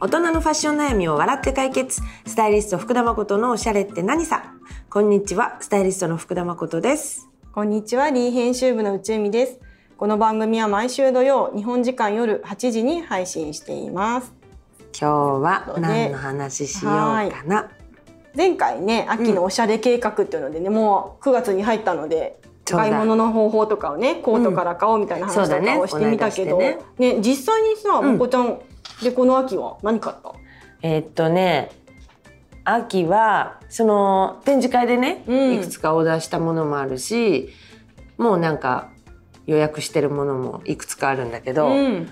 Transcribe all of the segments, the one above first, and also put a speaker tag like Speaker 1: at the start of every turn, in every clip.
Speaker 1: 大人のファッション悩みを笑って解決スタイリスト福田誠のおしゃれって何さこんにちはスタイリストの福田誠です
Speaker 2: こんにちは、リー編集部の内海です。この番組は毎週土曜、日本時間夜8時に配信しています。
Speaker 1: 今日は何の話しようかな
Speaker 2: 前回ね、秋のおしゃれ計画っていうのでね、もう9月に入ったので、
Speaker 1: そうだ
Speaker 2: 買い物の方法とかをね、コートから買おうみたいな
Speaker 1: うん
Speaker 2: 話
Speaker 1: そうだ
Speaker 2: と
Speaker 1: ね
Speaker 2: かをしてみたけど、
Speaker 1: この間
Speaker 2: ね
Speaker 1: し
Speaker 2: 実際にさ、
Speaker 1: うん
Speaker 2: まこちゃん、でこの秋は何買った？
Speaker 1: えっとね秋はその展示会でね、
Speaker 2: うん
Speaker 1: いくつかオーダーしたものもあるしもうなんか予約してるものもいくつかあるんだけど、
Speaker 2: ん、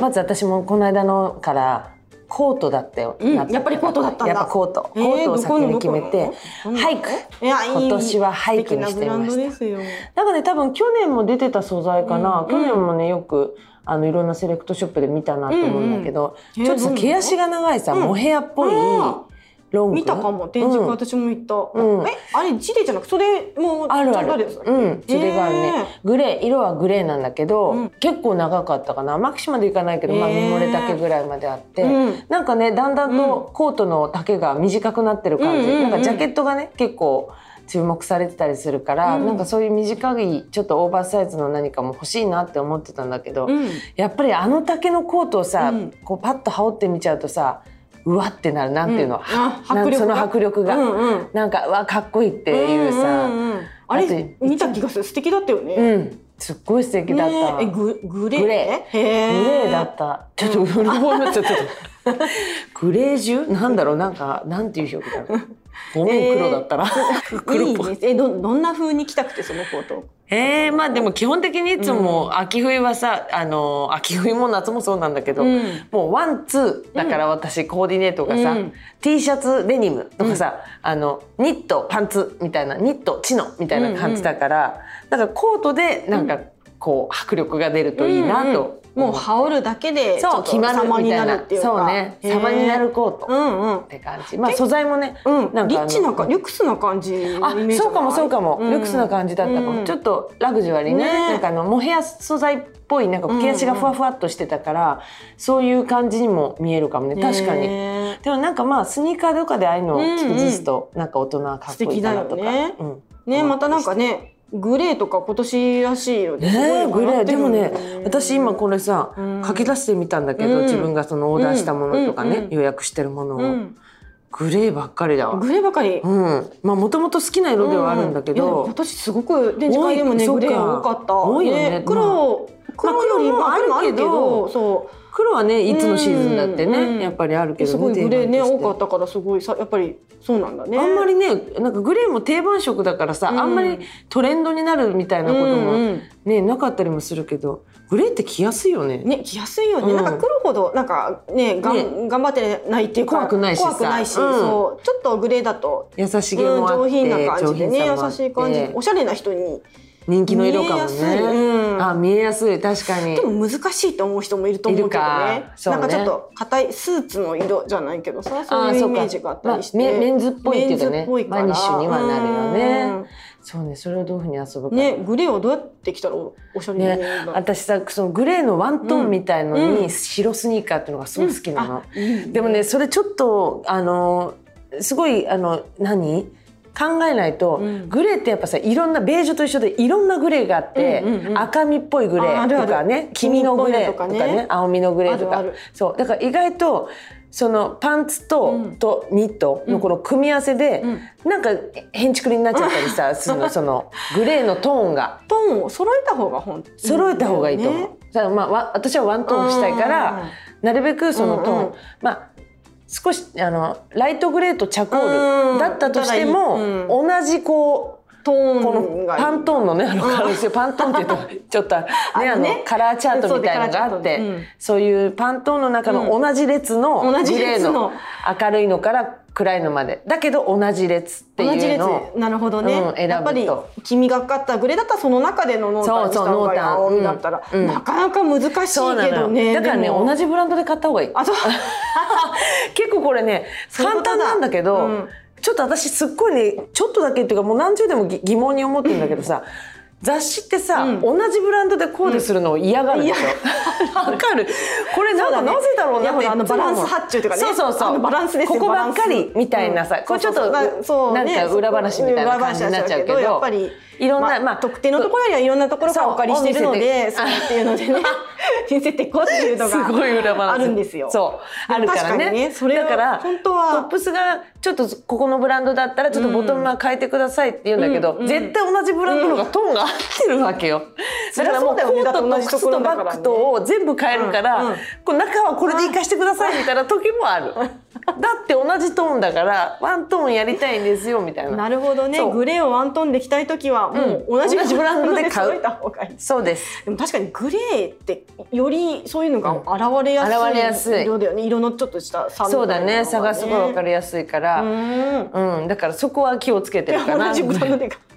Speaker 1: まず私もこの間のからコートだったよ、
Speaker 2: うん
Speaker 1: なた
Speaker 2: やっぱりコートだったんだ
Speaker 1: やっぱコート、
Speaker 2: えー
Speaker 1: コートを
Speaker 2: どこ
Speaker 1: 先
Speaker 2: の
Speaker 1: に決めて
Speaker 2: どこの
Speaker 1: ハイク
Speaker 2: いやいい
Speaker 1: 今年はハイクにしてみま
Speaker 2: 素敵なブランド
Speaker 1: し
Speaker 2: ですよ。
Speaker 1: たなんかね多分去年も出てた素材かな、
Speaker 2: うん
Speaker 1: 去年もねよくあのいろんなセレクトショップで見たなと思うんだけど、
Speaker 2: うんうん
Speaker 1: ちょっとさ
Speaker 2: えーどういうの
Speaker 1: 毛足が長いさ、
Speaker 2: うん
Speaker 1: モヘアっぽい
Speaker 2: あ
Speaker 1: ロング
Speaker 2: 見たかも展示会、
Speaker 1: うん
Speaker 2: 私も行った、
Speaker 1: うん
Speaker 2: えあれ地でじゃなくそれも
Speaker 1: あるある。
Speaker 2: です
Speaker 1: うん、それがあるね。グレー、色はグレーなんだけど、
Speaker 2: うん
Speaker 1: 結構長かったかな。マキシまでいかないけど、まあ、
Speaker 2: へ
Speaker 1: 見
Speaker 2: ー
Speaker 1: 漏れ丈ぐらいまであって。
Speaker 2: うん
Speaker 1: なんかね、だんだんとコートの丈が短くなってる感じ。
Speaker 2: うんうんうん
Speaker 1: なんかジャケットがね、結構注目されてたりするから、
Speaker 2: うん
Speaker 1: なんかそういう短い、ちょっとオーバーサイズの何かも欲しいなって思ってたんだけど、
Speaker 2: うん
Speaker 1: やっぱりあの丈のコートをさ、
Speaker 2: うん
Speaker 1: こうパッと羽織ってみちゃうとさ、うわってなる、なんていうの、
Speaker 2: うんあ迫
Speaker 1: なん
Speaker 2: 力が
Speaker 1: その迫力が。
Speaker 2: うんうん、っ
Speaker 1: なんか、うわ、かっこいいっていうさ、
Speaker 2: んうんうんあ
Speaker 1: だって
Speaker 2: れ見た気がする素敵だったよね、ね
Speaker 1: うん、すっごい素敵だった。
Speaker 2: え
Speaker 1: グ
Speaker 2: ググレー
Speaker 1: グレ
Speaker 2: ーへー
Speaker 1: レーだった。ちょっとうろ覚えになっちゃった。グレージュなんだろうなんか、なんていう表記だろう。ごめん、
Speaker 2: えー
Speaker 1: 黒だったら。黒
Speaker 2: い
Speaker 1: っ
Speaker 2: い
Speaker 1: ぽい。
Speaker 2: ですえどどんな風に着たくてそのコート
Speaker 1: えー、まあでも基本的にいつも秋冬はさ、あの、秋冬も夏もそうなんだけど、
Speaker 2: うん
Speaker 1: もうワンツーだから私コーディネートがさ、
Speaker 2: うん
Speaker 1: T シャツデニムとかさ、あのニットパンツみたいなニットチノみたいな感じだから、なんかコートでなんかこう迫力が出るといいなと思って、
Speaker 2: もう羽織るだけでちょ
Speaker 1: そう
Speaker 2: っと
Speaker 1: 決まる
Speaker 2: 様
Speaker 1: み
Speaker 2: に
Speaker 1: た
Speaker 2: ない
Speaker 1: な
Speaker 2: るっていうか
Speaker 1: そうね
Speaker 2: へー
Speaker 1: 様になるコート
Speaker 2: う
Speaker 1: っ
Speaker 2: んうん
Speaker 1: て感じまあ素材もね、
Speaker 2: うん、
Speaker 1: なん
Speaker 2: リ
Speaker 1: かあの
Speaker 2: ッチなかリュックスな感じのイメージ
Speaker 1: あ
Speaker 2: じゃない
Speaker 1: そうかもそうかも、
Speaker 2: うん
Speaker 1: ルックスな感じだったかも、
Speaker 2: うん
Speaker 1: ちょっとラグジュアリーね
Speaker 2: ね
Speaker 1: なんかあのモヘア素材っぽいなんか毛足がふわふわっとしてたから、そういう感じにも見えるかもね確かに。
Speaker 2: ね
Speaker 1: でもなんかまあスニーカーとかでああいうのを着実となんか大人はかっこいいかなとか、
Speaker 2: 素敵だよね
Speaker 1: うん
Speaker 2: ねまたなんかねグレーとか今年らしいよね。
Speaker 1: ねえ
Speaker 2: すご
Speaker 1: グ
Speaker 2: い
Speaker 1: レ
Speaker 2: 笑
Speaker 1: ー
Speaker 2: って
Speaker 1: で
Speaker 2: る
Speaker 1: も
Speaker 2: よ
Speaker 1: ね私今これさ、
Speaker 2: うん
Speaker 1: 書き出してみたんだけど、
Speaker 2: うん
Speaker 1: 自分がそのオーダーしたものとかね、
Speaker 2: うんうん
Speaker 1: 予約してるものを、
Speaker 2: うん
Speaker 1: グレーばっかりだわ
Speaker 2: グレーばかり。
Speaker 1: うんまあもともと好きな色ではあるんだけ
Speaker 2: いやでも
Speaker 1: ど、
Speaker 2: 今年すごく電池会でもね
Speaker 1: 多い
Speaker 2: グレー
Speaker 1: そ
Speaker 2: 多
Speaker 1: っか
Speaker 2: かった。
Speaker 1: 多いよね
Speaker 2: 黒黒より
Speaker 1: ま
Speaker 2: ま
Speaker 1: あ
Speaker 2: あ
Speaker 1: 黒もあるけど
Speaker 2: 黒もあるけどそ
Speaker 1: 黒はねいつのシーズンだってね、
Speaker 2: うん
Speaker 1: やっぱりあるけ
Speaker 2: う
Speaker 1: ど
Speaker 2: すごいグレーね
Speaker 1: 定番として
Speaker 2: 多かったからすごいさやっぱりそうなんだね。
Speaker 1: あんまりねなんかグレーも定番色だからさ、
Speaker 2: うん
Speaker 1: あんまりトレンドになるみたいなこと
Speaker 2: うん
Speaker 1: も
Speaker 2: うん
Speaker 1: ね、なかったりもするけどグレーって着やすいよね
Speaker 2: ね着やすいよ
Speaker 1: う
Speaker 2: ね、
Speaker 1: ん
Speaker 2: なんか黒ほどなんかねがん
Speaker 1: ね
Speaker 2: 頑張ってないっていうか
Speaker 1: 怖くないしさ
Speaker 2: 怖くないし
Speaker 1: うん
Speaker 2: そうちょっとグレーだと、
Speaker 1: 優し
Speaker 2: うん、
Speaker 1: げもあって、
Speaker 2: 上品な感じでね
Speaker 1: 上品さもあ
Speaker 2: 優
Speaker 1: っ
Speaker 2: してい感じおしゃれな人に
Speaker 1: 人気の色かも
Speaker 2: 見えや
Speaker 1: ね、
Speaker 2: すいうん
Speaker 1: あ見えやすい確かに
Speaker 2: でも難しいと思う人もいると思うけど
Speaker 1: いる
Speaker 2: ね
Speaker 1: かそうね
Speaker 2: なんかちょっと硬いスーツの色じゃないけどさそういうイメージがあったりして、
Speaker 1: まあメメンズっぽいっていうかね
Speaker 2: メンズっぽいか
Speaker 1: まあ
Speaker 2: ら
Speaker 1: ニッシュにはなるよねそうねそれをどういうふうに遊ぶ
Speaker 2: う
Speaker 1: か
Speaker 2: んねグレーをどうやって着たらおおしゃれに見え
Speaker 1: ね
Speaker 2: るんだろう
Speaker 1: 私さそのグレーのワントーンみたいの
Speaker 2: う
Speaker 1: に
Speaker 2: ん
Speaker 1: 白スニーカーっていうのがすごい好きなの、
Speaker 2: あいいね
Speaker 1: でもねそれちょっとあのすごいあの何考えないと、
Speaker 2: うん
Speaker 1: グレーってやっぱさいろんなベージュと一緒でいろんなグレーがあって、
Speaker 2: うんうんうん
Speaker 1: 赤みっぽいグレ
Speaker 2: あある
Speaker 1: ー
Speaker 2: あ
Speaker 1: と
Speaker 2: る
Speaker 1: かね黄身のグレーと
Speaker 2: 黄
Speaker 1: か
Speaker 2: 身っぽい
Speaker 1: ね
Speaker 2: のとかね
Speaker 1: 青みのグレーとか
Speaker 2: あるある
Speaker 1: そうだから意外とそのパンツと、
Speaker 2: うん
Speaker 1: とニットのこの組み合わせで、なんかへんちくりになっちゃったりさ、 するのそのグレーのトーンが。
Speaker 2: トーンを揃えた方が本当
Speaker 1: 揃えた方がいいと思う。だからまあわ私はワントーンしたいから、なるべくそのトーン、
Speaker 2: うんうん
Speaker 1: まあ少しあのライトグレーとチャコー
Speaker 2: う
Speaker 1: ル
Speaker 2: ん
Speaker 1: だったとしても、
Speaker 2: うん
Speaker 1: 同じこう。
Speaker 2: トー
Speaker 1: こ
Speaker 2: ン
Speaker 1: の
Speaker 2: がいい
Speaker 1: パントーンのねあの可能性パントーンって言う とちょっとねあ
Speaker 2: あ
Speaker 1: の
Speaker 2: のね
Speaker 1: カラーチャートみたいのがあっ
Speaker 2: そうでカラーチャート
Speaker 1: て
Speaker 2: ね
Speaker 1: そういうパントーンの中の
Speaker 2: う
Speaker 1: 同じ列の
Speaker 2: 同じ
Speaker 1: グレー
Speaker 2: 列
Speaker 1: の
Speaker 2: の
Speaker 1: 明るいのから暗いのまでだけど同じ列って
Speaker 2: 同じ
Speaker 1: いう
Speaker 2: 列
Speaker 1: のを
Speaker 2: なるほどね、
Speaker 1: うん選ぶと
Speaker 2: やっぱり黄身がかったグレーだったらその中での濃淡にし
Speaker 1: そう
Speaker 2: た
Speaker 1: そ
Speaker 2: 方
Speaker 1: う濃
Speaker 2: がいい
Speaker 1: 淡
Speaker 2: 青みだったら、
Speaker 1: うんうん
Speaker 2: なかなか難しい
Speaker 1: そうな
Speaker 2: けど
Speaker 1: の
Speaker 2: ね
Speaker 1: よだからね
Speaker 2: でも
Speaker 1: 同じブランドで買った方がいい
Speaker 2: あそう
Speaker 1: 結構これね
Speaker 2: ういう
Speaker 1: 簡
Speaker 2: こと
Speaker 1: 単
Speaker 2: だ
Speaker 1: なんだけど
Speaker 2: うん
Speaker 1: ちょっと私すっごいねちょっとだけっていうかもう何十でもぎ疑問に思ってるんだけどさ、雑誌ってさ、
Speaker 2: うん
Speaker 1: 同じブランドでコーデするのを嫌がるでしょ、 わかるこれなんか
Speaker 2: そうだね
Speaker 1: なぜだろうな
Speaker 2: やっぱあの
Speaker 1: っていつも思う
Speaker 2: バランス発注とかね
Speaker 1: そうそうそう
Speaker 2: あのバランスですよ
Speaker 1: ここばっか
Speaker 2: バラ
Speaker 1: り
Speaker 2: ンス
Speaker 1: みたいなさ、
Speaker 2: うん
Speaker 1: これちょっ
Speaker 2: そ
Speaker 1: と
Speaker 2: うそうまあそうね
Speaker 1: なんか裏話みたいな感じになっちゃうけど
Speaker 2: 裏話やっぱり
Speaker 1: いろんな、まあ、
Speaker 2: 特定のところよりはいろんなところからお借りしてるので
Speaker 1: そ
Speaker 2: そううっていうの でね 見せてこうっていうの
Speaker 1: す
Speaker 2: が
Speaker 1: ごい裏話
Speaker 2: あるんですよ。
Speaker 1: そう
Speaker 2: で
Speaker 1: あ
Speaker 2: も
Speaker 1: るから
Speaker 2: 確
Speaker 1: ね
Speaker 2: かにねそれは
Speaker 1: だから
Speaker 2: 本当は
Speaker 1: トップスがちょっとここのブランドだったらちょっとボトムは変えてくださいって言うんだけど、
Speaker 2: うんうん
Speaker 1: 絶対同じブランドの方がトーンが合ってるわけよ、 だからもう
Speaker 2: そり
Speaker 1: コ
Speaker 2: ゃそうだよね
Speaker 1: ート
Speaker 2: だ
Speaker 1: と
Speaker 2: って同じと
Speaker 1: 靴
Speaker 2: ころ
Speaker 1: と
Speaker 2: だ
Speaker 1: バ
Speaker 2: からね
Speaker 1: ッグとを全部変えるから、
Speaker 2: うんうん
Speaker 1: こう中はこれで生かしてくださいみたいな時もある、だって同じトーンだからワントーンやりたいんですよみたいな
Speaker 2: なるほどね
Speaker 1: そう
Speaker 2: グレーをワントーンで着たい時はもう
Speaker 1: うん
Speaker 2: 同じ
Speaker 1: 同じブランドで買う
Speaker 2: 揃えた方がいい
Speaker 1: そうです
Speaker 2: でも確かにグレーってよりそういうのが現れやすい,、
Speaker 1: うん現れやすい
Speaker 2: 色だよね色のちょっとした差みたい
Speaker 1: そうだ
Speaker 2: なのが
Speaker 1: ね差がすごい分か
Speaker 2: る
Speaker 1: りやすいから、
Speaker 2: うん
Speaker 1: うん、だからそこは気をつけてるかな
Speaker 2: 同じブランドで買う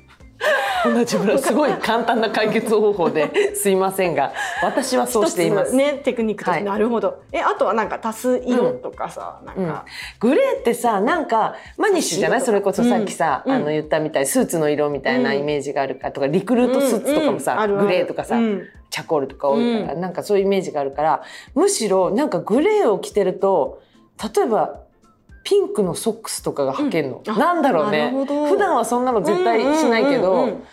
Speaker 1: 同じブラすごい簡単な解決方法 ですいませんが私はそうしていま
Speaker 2: 一
Speaker 1: す、
Speaker 2: つのねテクニックと
Speaker 1: は
Speaker 2: して、
Speaker 1: い
Speaker 2: なるほど。えあとはなんか足す色とかさ、なん
Speaker 1: うん
Speaker 2: か、
Speaker 1: グレーってさなんかマニッシュじゃないそれこそさっきさ、
Speaker 2: うん
Speaker 1: あの言ったみたいスーツの色みたいなイメージがあるかとかリクルートスーツとかもさ、
Speaker 2: うんうんあるある
Speaker 1: グレーとかさ、
Speaker 2: うん
Speaker 1: チャコールとか多いから、なんかそういうイメージがあるからむしろなんかグレーを着てると例えばピンクのソックスとかが履けるの、
Speaker 2: うんあ
Speaker 1: なんだろう
Speaker 2: な
Speaker 1: ね
Speaker 2: るほど
Speaker 1: 普段はそんなの絶対しないけど、
Speaker 2: うんうんうん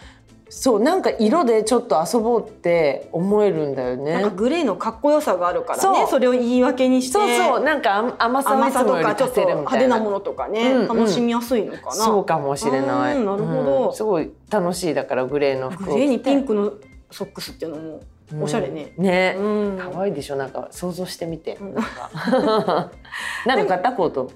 Speaker 1: そうなんか色でちょっと遊ぼうって思えるんだよね。
Speaker 2: なんかグレーのかっこよさがあるから
Speaker 1: そ
Speaker 2: ね
Speaker 1: う
Speaker 2: それを言い訳にして
Speaker 1: そうそう、なんか甘甘さを
Speaker 2: 甘
Speaker 1: いつ
Speaker 2: さと
Speaker 1: もよ
Speaker 2: か
Speaker 1: り
Speaker 2: ちょ
Speaker 1: 出
Speaker 2: っと
Speaker 1: せるみ
Speaker 2: 派
Speaker 1: た
Speaker 2: 手
Speaker 1: いな。
Speaker 2: なものとかね、
Speaker 1: うんうん
Speaker 2: 楽しみやすいのかな。
Speaker 1: そうかもしれない。
Speaker 2: うんなるほど
Speaker 1: うんすごい楽しいだからグレーの服を
Speaker 2: グレーにピンクのソックスっていうのもおしゃれね。。
Speaker 1: うんね
Speaker 2: う。ん
Speaker 1: 可愛いでしょなんか想像してみて。
Speaker 2: ん
Speaker 1: なんか なんか買ったコート。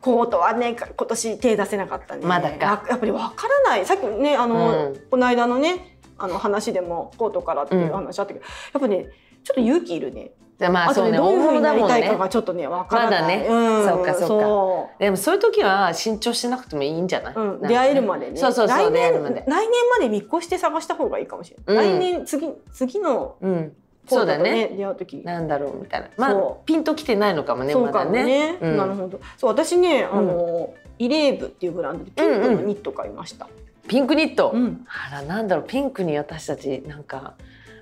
Speaker 2: コートはねか今年手出せなかったね。
Speaker 1: まだか
Speaker 2: なやっぱりわからない。さっきねあの、
Speaker 1: うん
Speaker 2: この間のねあの話でもコートからっていう話あったけど、やっぱねちょっと勇気いるね。
Speaker 1: じゃあまあ
Speaker 2: あ
Speaker 1: そ
Speaker 2: と
Speaker 1: う
Speaker 2: ね
Speaker 1: ね
Speaker 2: どう
Speaker 1: 大
Speaker 2: いうふう
Speaker 1: 物
Speaker 2: にな
Speaker 1: だ
Speaker 2: り
Speaker 1: もん
Speaker 2: たいか
Speaker 1: ね。
Speaker 2: がちょっとねわからない。
Speaker 1: まだね
Speaker 2: ん
Speaker 1: そうかそうか
Speaker 2: そ
Speaker 1: でもそういう時は慎重してなくてもいいんじゃない？
Speaker 2: ううん、
Speaker 1: なんかね
Speaker 2: 出会えるまでね。
Speaker 1: そうそうそ
Speaker 2: 来
Speaker 1: う出会える
Speaker 2: 年
Speaker 1: まで
Speaker 2: 来。年まで見越して探した方がいいかもしれない。
Speaker 1: うん
Speaker 2: 来年次次の
Speaker 1: うん。
Speaker 2: コー
Speaker 1: そう
Speaker 2: ト
Speaker 1: だ
Speaker 2: とね
Speaker 1: ね。
Speaker 2: 出会う時。
Speaker 1: なんだろうみたいな。まあ
Speaker 2: そ
Speaker 1: ピンときてないのかもね
Speaker 2: そ
Speaker 1: ま
Speaker 2: うか
Speaker 1: だ
Speaker 2: も
Speaker 1: ね。
Speaker 2: ね。
Speaker 1: うん
Speaker 2: なるほど。そう私ねあの、イレーブっていうブランドでピンクのニット買いました。
Speaker 1: ピンクニット。
Speaker 2: うん
Speaker 1: あらなんだろうピンクに私たちなんか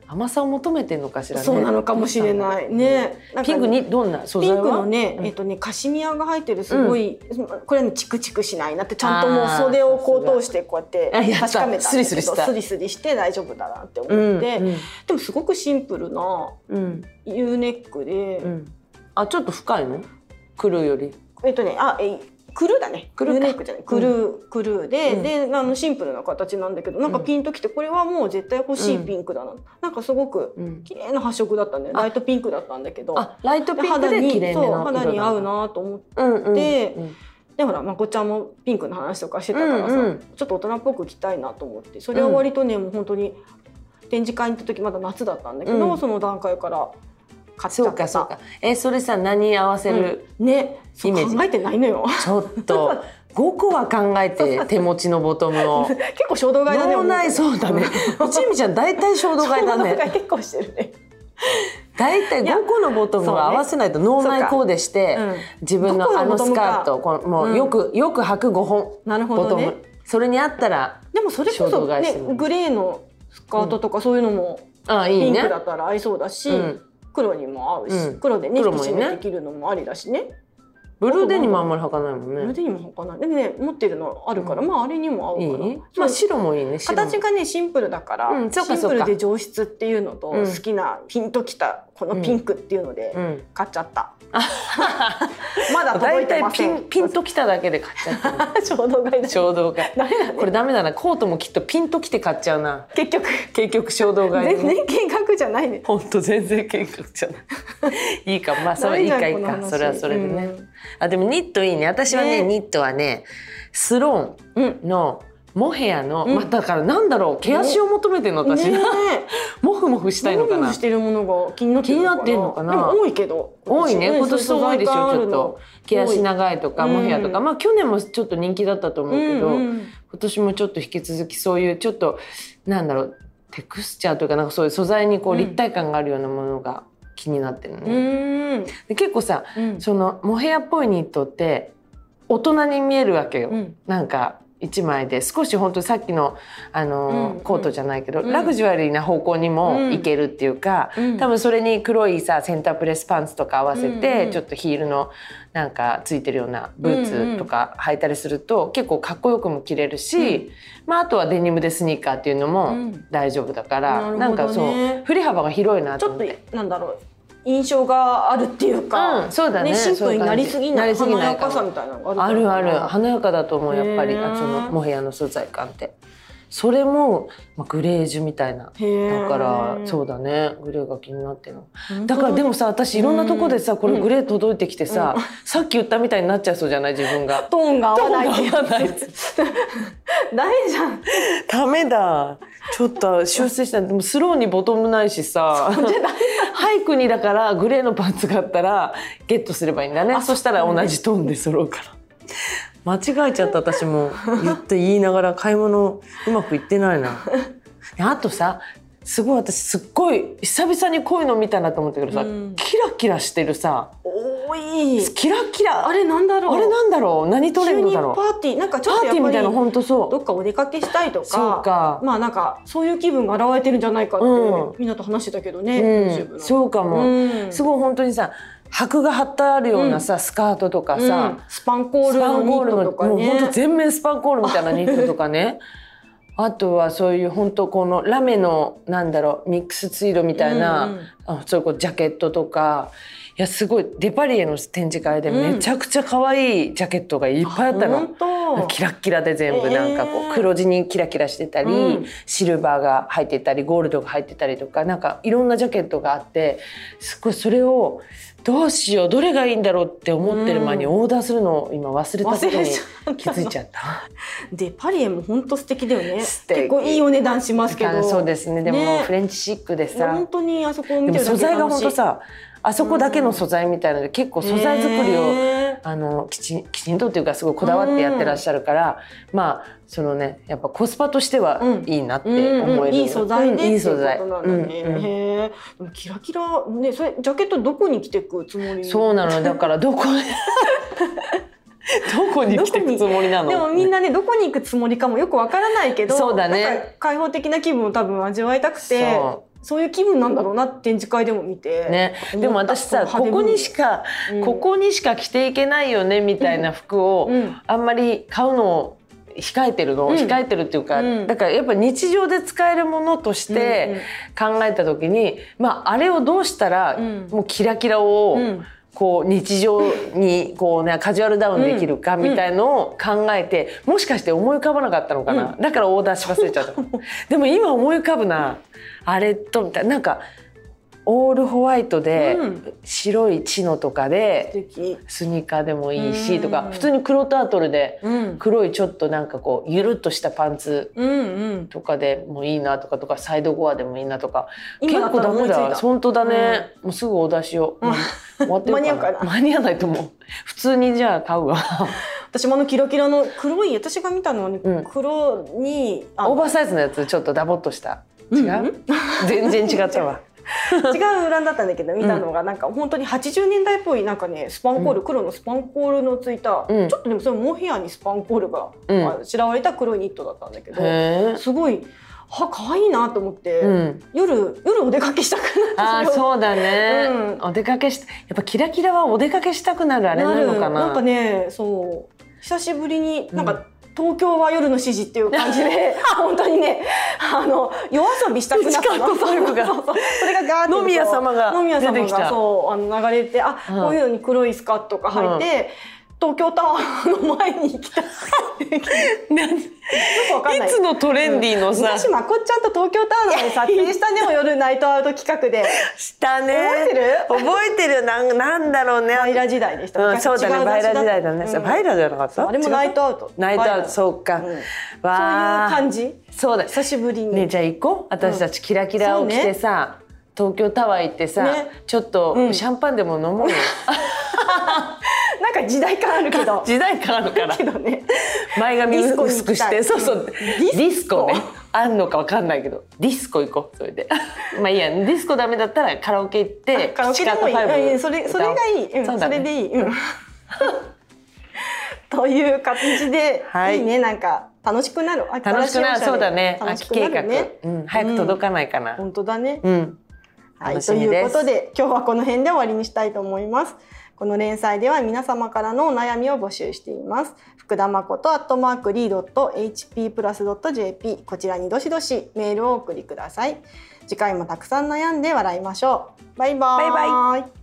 Speaker 1: 甘さを求めてるのかしらね。
Speaker 2: そうなのかもしれないね。なんか
Speaker 1: ピンクにどんな素
Speaker 2: ピ
Speaker 1: 材は
Speaker 2: ンクのね、
Speaker 1: うん
Speaker 2: えっとねカシミヤが入ってるすごい、これはねチクチクしないなってちゃんともう袖をこう通してこう
Speaker 1: あ
Speaker 2: やっ
Speaker 1: ー
Speaker 2: て
Speaker 1: さ
Speaker 2: 確
Speaker 1: すが
Speaker 2: かめたんだけど
Speaker 1: スリスリした
Speaker 2: スリスリして大丈夫だなって思って、
Speaker 1: うん
Speaker 2: でもすごくシンプルな
Speaker 1: うん
Speaker 2: ユーネックで、
Speaker 1: うんあちょっと深いの黒より
Speaker 2: えっとねあえいクルーだね
Speaker 1: ク
Speaker 2: ク
Speaker 1: ル
Speaker 2: ル
Speaker 1: ー
Speaker 2: ー
Speaker 1: か
Speaker 2: ネックじゃないクルー、クルーで、
Speaker 1: うん
Speaker 2: であのシンプルな形なんだけどなんかピンときてこれはもう絶対欲しいピンクだな、なんかすごく
Speaker 1: うん
Speaker 2: 綺麗な発色だったんだよ
Speaker 1: あ
Speaker 2: ライトピンクだったんだけど
Speaker 1: あライト
Speaker 2: で
Speaker 1: ピンク
Speaker 2: 肌
Speaker 1: で
Speaker 2: に
Speaker 1: 綺麗め
Speaker 2: そう
Speaker 1: の
Speaker 2: 肌に合うなと思って。
Speaker 1: うんうん
Speaker 2: で
Speaker 1: うん
Speaker 2: でほらまこちゃんもピンクの話とかしてたからさ、
Speaker 1: うんうん
Speaker 2: ちょっと大人っぽく着たいなと思ってそれは割とね、もう本当に展示会に行った時まだ夏だったんだけど、
Speaker 1: うん
Speaker 2: その段階から買っち
Speaker 1: そ
Speaker 2: ゃ
Speaker 1: う
Speaker 2: っ
Speaker 1: か
Speaker 2: た
Speaker 1: そうかえそれさ何に合わせる
Speaker 2: うんねそう
Speaker 1: イメージ
Speaker 2: 考えてないのよ
Speaker 1: ちょっと5個は考えて手持ちのボトム を
Speaker 2: 結構衝動買いだね
Speaker 1: 脳内そうだねうちみちゃん大体衝動
Speaker 2: 衝
Speaker 1: 買いだ
Speaker 2: 動
Speaker 1: ね
Speaker 2: 買い結構してるね
Speaker 1: 大体5個のボトムを合わせないと脳内コーデして、
Speaker 2: そうかうん
Speaker 1: 自分
Speaker 2: ど
Speaker 1: の
Speaker 2: こ
Speaker 1: あ
Speaker 2: のボ
Speaker 1: の
Speaker 2: ト
Speaker 1: ス
Speaker 2: ム
Speaker 1: カ
Speaker 2: か
Speaker 1: ートこのも
Speaker 2: う
Speaker 1: うんよく、よく履く5本
Speaker 2: なるほ
Speaker 1: ボ
Speaker 2: ど
Speaker 1: トム、
Speaker 2: ね
Speaker 1: それに合ったら
Speaker 2: でもそれこ
Speaker 1: 衝動
Speaker 2: そ、
Speaker 1: 買い
Speaker 2: ね
Speaker 1: してる、
Speaker 2: グレーのスカートとかそういうのも
Speaker 1: あい
Speaker 2: ピ
Speaker 1: い
Speaker 2: ンク
Speaker 1: ね
Speaker 2: だったら合いそうだし、
Speaker 1: うん
Speaker 2: 黒にも合うし、
Speaker 1: うん
Speaker 2: 黒でね
Speaker 1: 黒
Speaker 2: 引き
Speaker 1: もいいね
Speaker 2: 締めて着るのもありだしね
Speaker 1: ブルーデニムあんまり履かないもんね
Speaker 2: 胸にも履かないでもね持ってるのあるから、まああれにも合
Speaker 1: いう
Speaker 2: かない
Speaker 1: まあ白もいいね白も
Speaker 2: 形がねシンプルだから、
Speaker 1: うんそうか
Speaker 2: シンプ
Speaker 1: そう
Speaker 2: ル
Speaker 1: か
Speaker 2: で上質っていうのと、
Speaker 1: うん
Speaker 2: 好きなピンときたこのピンクっていうので
Speaker 1: うん
Speaker 2: 買っちゃった、まだ届
Speaker 1: 大
Speaker 2: いて
Speaker 1: 体
Speaker 2: ま
Speaker 1: ピ
Speaker 2: せん
Speaker 1: ン ピンときただけで買っちゃった
Speaker 2: 衝動 買いだ
Speaker 1: 衝動買い
Speaker 2: ダメだ
Speaker 1: こ
Speaker 2: ね
Speaker 1: れダメだなコートもきっとピンときて買っちゃうな
Speaker 2: 結局
Speaker 1: 結局衝動買い
Speaker 2: 全然計画じゃないね
Speaker 1: ほんと全然計画じゃないいいかまあそれはいいかいい
Speaker 2: ダメじゃんこ
Speaker 1: か
Speaker 2: の話
Speaker 1: それはそれでね、
Speaker 2: うん
Speaker 1: あでもニットいいね私はね
Speaker 2: ね
Speaker 1: ニットはねスロ
Speaker 2: うん
Speaker 1: ーンのモヘアの、
Speaker 2: うん
Speaker 1: まあ、だからなんだろう毛足を求めてるの私、
Speaker 2: ね
Speaker 1: モフモフした
Speaker 2: え、
Speaker 1: いのか
Speaker 2: 何
Speaker 1: な
Speaker 2: をしてるものが気になって
Speaker 1: 気
Speaker 2: るのかな
Speaker 1: になってんのかな
Speaker 2: でも多いけど
Speaker 1: 多いね今年
Speaker 2: そう
Speaker 1: そう多いでしょちょっと毛足長いとか
Speaker 2: うん
Speaker 1: モヘアとか、まあ去年もちょっと人気だったと思う
Speaker 2: う
Speaker 1: け
Speaker 2: ん
Speaker 1: ど、
Speaker 2: うん
Speaker 1: 今年もちょっと引き続きそういうちょっとなんだろうテクスチャーというかなんかそういう素材にこう
Speaker 2: うん
Speaker 1: 立体感があるようなものが気になってるの
Speaker 2: う
Speaker 1: ね、
Speaker 2: ん
Speaker 1: で結構さ
Speaker 2: うん
Speaker 1: そのモヘアっぽいニットって大人に見えるわけよ、
Speaker 2: うん
Speaker 1: なんか1枚で少し本当さっきのあの、
Speaker 2: うん
Speaker 1: コートじゃないけど、
Speaker 2: うん
Speaker 1: ラグジュアリーな方向にもいけるっていうか、
Speaker 2: うん
Speaker 1: 多分それに黒いさセンタープレスパンツとか合わせて、
Speaker 2: うん
Speaker 1: ちょっとヒールのなんかついてるようなブーツとか履いたりすると、結構かっこよくも着れるし、まあ、あとはデニムでスニーカーっていうの
Speaker 2: う
Speaker 1: も
Speaker 2: ん
Speaker 1: 大丈夫だから、
Speaker 2: なるほどね
Speaker 1: んかそう振り幅が広いなと
Speaker 2: ちょ
Speaker 1: 思
Speaker 2: っ
Speaker 1: って。
Speaker 2: となんだろう印象があるっていうか、
Speaker 1: うんそうだね
Speaker 2: シンプルになりすぎない
Speaker 1: そういう感じなりすぎな
Speaker 2: 華や
Speaker 1: いか
Speaker 2: か
Speaker 1: も
Speaker 2: さみたいなのがあ
Speaker 1: あ
Speaker 2: る
Speaker 1: る
Speaker 2: か
Speaker 1: あ
Speaker 2: ら
Speaker 1: る華やかだと思うやっぱり
Speaker 2: へー
Speaker 1: あそのモヘアの素材感ってそれも、まあ、グレージュみたいな
Speaker 2: へー
Speaker 1: だからそうだねグレーが気になってるの
Speaker 2: 本当
Speaker 1: だ
Speaker 2: だ
Speaker 1: からでもさ私いろんなとこでさこ
Speaker 2: う
Speaker 1: れ
Speaker 2: ん
Speaker 1: グレー届いてきてさ、さっき言ったみたいになっちゃいそうじゃない自分 が。
Speaker 2: トーンが合わないっていう
Speaker 1: トーンが合わない
Speaker 2: ダメじ ゃん
Speaker 1: ダメだちょっと修正したいでもスローにボトムないしさハイクにだからグレーのパンツがあったらゲットすればいいんだねそしたら同じトーンで揃うから間違えちゃった私も言って言いながら買い物うまくいってないなで あとさすごい私すっごい久々にこういうの見たなと思ったけどさ、
Speaker 2: うん
Speaker 1: キラキラしてるさ
Speaker 2: 多い
Speaker 1: キラキラ
Speaker 2: あ
Speaker 1: あれ
Speaker 2: れなんだろう
Speaker 1: あれなんだろう何トレンドだろう
Speaker 2: 急にパーティーなんかちょっと
Speaker 1: パー
Speaker 2: やっ
Speaker 1: ティー
Speaker 2: ぱ
Speaker 1: みたいな
Speaker 2: り
Speaker 1: 本当そう
Speaker 2: どっかお出かけしたいとか
Speaker 1: そうか
Speaker 2: まあなんかそういう気分が現れてるんじゃないかって、
Speaker 1: うん
Speaker 2: みんなと話してたけどね、
Speaker 1: う
Speaker 2: YouTube
Speaker 1: ん、
Speaker 2: の
Speaker 1: そうかも、
Speaker 2: うん
Speaker 1: すごい本当にさ箔が貼ってあるようなさ、スカートとか
Speaker 2: うん
Speaker 1: さ、
Speaker 2: スパンコー
Speaker 1: ス
Speaker 2: ル
Speaker 1: パ
Speaker 2: の
Speaker 1: ン
Speaker 2: ニ
Speaker 1: コー
Speaker 2: ッ
Speaker 1: ルの
Speaker 2: トとかね
Speaker 1: もう本当全面スパンコールみたいなニットとか ねあとはそういう本当このラメのなんだろうミックスツイードみたいな、
Speaker 2: うんうん
Speaker 1: あそれこそジャケットとかいやすごいデパリエの展示会で
Speaker 2: うん
Speaker 1: めちゃくちゃ可愛いジャケットがいっぱいあったの。
Speaker 2: 本当
Speaker 1: キラッキラで全部
Speaker 2: えー
Speaker 1: なんかこう黒地にキラキラしてたり、
Speaker 2: うん
Speaker 1: シルバーが入ってたりゴールドが入ってたりとかなんかいろんなジャケットがあってすごいそれをどうしようどれがいいんだろうって思ってる間に
Speaker 2: うん
Speaker 1: オーダーするのを今忘れたこと
Speaker 2: 忘れち
Speaker 1: に気づいちゃ った。
Speaker 2: でパリエも本当素敵だよね
Speaker 1: 素敵
Speaker 2: 結構いいお値段しますけど
Speaker 1: そうですねでももう
Speaker 2: ね
Speaker 1: フレンチシックでさ、
Speaker 2: 本当にあそこを見
Speaker 1: でも
Speaker 2: てるだ
Speaker 1: 素
Speaker 2: けで
Speaker 1: 材が
Speaker 2: 楽
Speaker 1: 本
Speaker 2: しい
Speaker 1: 当さあそこだけの素材みたいなので結構素材作りを、
Speaker 2: ね
Speaker 1: あのきちんきちんとっていうかすごいこだわってやってらっしゃるから、まあそのねやっぱコスパとしては
Speaker 2: うん
Speaker 1: いいなって
Speaker 2: うん
Speaker 1: 思える、
Speaker 2: うんいい素材でって
Speaker 1: うんい
Speaker 2: い
Speaker 1: いう
Speaker 2: こ
Speaker 1: 素材
Speaker 2: となんだね、
Speaker 1: うんうん
Speaker 2: へえでもキラキラねそれジャケットどこに着てくつもり
Speaker 1: そうなのだからどこ どこに来てくつもりなの
Speaker 2: でもみんなねどこに行くつもりかもよくわからないけど
Speaker 1: そうだね
Speaker 2: なんか開放的な気分を多分味わいたくて
Speaker 1: そ
Speaker 2: そういう気分なんだろうな展示会でも見て、
Speaker 1: ね、でも私さここにし
Speaker 2: か、
Speaker 1: か、
Speaker 2: うん
Speaker 1: ここにしか着ていけないよねみたいな服を、
Speaker 2: うん
Speaker 1: あんまり買うのを控えてるの、
Speaker 2: うん
Speaker 1: 控えてるっていうか、
Speaker 2: うん
Speaker 1: だからやっぱ日常で使えるものとして考えた時に、まあ、あれをどうしたら、
Speaker 2: うん
Speaker 1: もうキラキラを、
Speaker 2: うん
Speaker 1: こう日常にこう、ね、カジュアルダウンできるかみたいのを考えて、もしかして思い浮かばなかったのかな、だからオーダーし忘れちゃったでも今思い浮かぶなあれとみたいななんかオールホワイトで、
Speaker 2: うん
Speaker 1: 白いチノとかで
Speaker 2: 素敵
Speaker 1: スニーカーでもいいしと
Speaker 2: う
Speaker 1: か
Speaker 2: ん
Speaker 1: 普通に黒タートルで
Speaker 2: うん
Speaker 1: 黒いちょっとなんかこうゆるっとしたパンツ
Speaker 2: うんうん
Speaker 1: とかでもいいなとかとかサイドゴアでもいいなとか
Speaker 2: 今
Speaker 1: 結
Speaker 2: だ
Speaker 1: 構
Speaker 2: ったら
Speaker 1: ダ
Speaker 2: 思い
Speaker 1: メ
Speaker 2: ついた
Speaker 1: だ本当だね、もうすぐお出しを、終わってるかな
Speaker 2: 間に合うかな
Speaker 1: 間に合わないと思う普通にじゃあ買うわ
Speaker 2: 私もあのキラキラの黒い私が見たのはね、
Speaker 1: うん
Speaker 2: 黒にあ
Speaker 1: オーバーサイズのやつちょっとダボっとした違う、
Speaker 2: うん
Speaker 1: 全然違った わ
Speaker 2: 違うブランドだったんだけど見たのがなんか本当に80年代っぽいなんかねスパンコール、黒のスパンコールのついた、
Speaker 1: うん
Speaker 2: ちょっとでもそれモヘアにスパンコールが、
Speaker 1: うん
Speaker 2: あしらわれた黒いニットだったんだけど、
Speaker 1: へえ
Speaker 2: すごいは可愛いなと思って、
Speaker 1: うん
Speaker 2: 夜夜お出かけしたくな
Speaker 1: あ
Speaker 2: る
Speaker 1: ーそうだね、
Speaker 2: うん
Speaker 1: お出かけしやっぱキラキラはお出かけしたくなるあれなのかな
Speaker 2: なんかねそう久しぶりになんか、東京は夜の指示っていう感じで 本当にねあの夜遊びしたくなったの
Speaker 1: 近くパルクが
Speaker 2: そうそうそれがガーッと
Speaker 1: 飲み屋様が
Speaker 2: 飲み屋様
Speaker 1: 出てきた
Speaker 2: がそうあの流れてあ、
Speaker 1: うん
Speaker 2: こういうのに黒いスカートとか履いて、東京タワーの前に行き たいよくわかんない
Speaker 1: いつのトレンディーのさ、
Speaker 2: 昔まこっちゃんと東京タワーの前撮影したね夜ナイトアウト企画で
Speaker 1: したね
Speaker 2: 覚えてる
Speaker 1: 覚えてるなんなんだろうね
Speaker 2: バイラ時代でした、
Speaker 1: うん、そうだ
Speaker 2: 昔違
Speaker 1: ねバイラ
Speaker 2: 雑誌
Speaker 1: 時代だね、
Speaker 2: うん
Speaker 1: バイラじゃなかった
Speaker 2: あれもナイトアウト
Speaker 1: ナイトアウ
Speaker 2: バイラ
Speaker 1: トそうか、
Speaker 2: うんそういう
Speaker 1: わあ
Speaker 2: 感じ
Speaker 1: そうだ
Speaker 2: 久しぶりに、
Speaker 1: ねじゃあ行こう私たちキラキラを着てさ、東京タワー行ってさ、
Speaker 2: ね
Speaker 1: ちょっとシャンパンでも飲もうよ、
Speaker 2: なん か時代感あるけど
Speaker 1: 時代変わるから
Speaker 2: けどね
Speaker 1: 前髪
Speaker 2: ディスコに
Speaker 1: 薄
Speaker 2: 行
Speaker 1: く
Speaker 2: きた
Speaker 1: し
Speaker 2: い
Speaker 1: てそうそう
Speaker 2: ディスコ
Speaker 1: ディスコねあんのかわかんないけどディスコ行こうそれで まあいいやディスコダメだったらカラオケ行って
Speaker 2: カラオケでも
Speaker 1: ピチカ
Speaker 2: いい
Speaker 1: ートファイブ
Speaker 2: いやいやそれそれがいい、うん
Speaker 1: そ
Speaker 2: そう
Speaker 1: だね
Speaker 2: れでいい、うん という形で、
Speaker 1: はい
Speaker 2: いねなんか楽しくなる秋
Speaker 1: 楽しくな
Speaker 2: 新
Speaker 1: る
Speaker 2: しい
Speaker 1: そうだね
Speaker 2: 楽し
Speaker 1: 秋
Speaker 2: くな
Speaker 1: 計
Speaker 2: る
Speaker 1: 画、
Speaker 2: ね
Speaker 1: うん、早く届かないかな、
Speaker 2: 本当だね
Speaker 1: うん、
Speaker 2: はい、
Speaker 1: 楽
Speaker 2: と
Speaker 1: しみです
Speaker 2: いうことで今日はこの辺で終わりにしたいと思います。この連載では皆様からのお悩みを募集しています。福田誠アットマークリードット HP プラスドット JP こちらにどしどしメールをお送りください。次回もたくさん悩んで笑いましょう。バイバーイ。
Speaker 1: バイ
Speaker 2: イ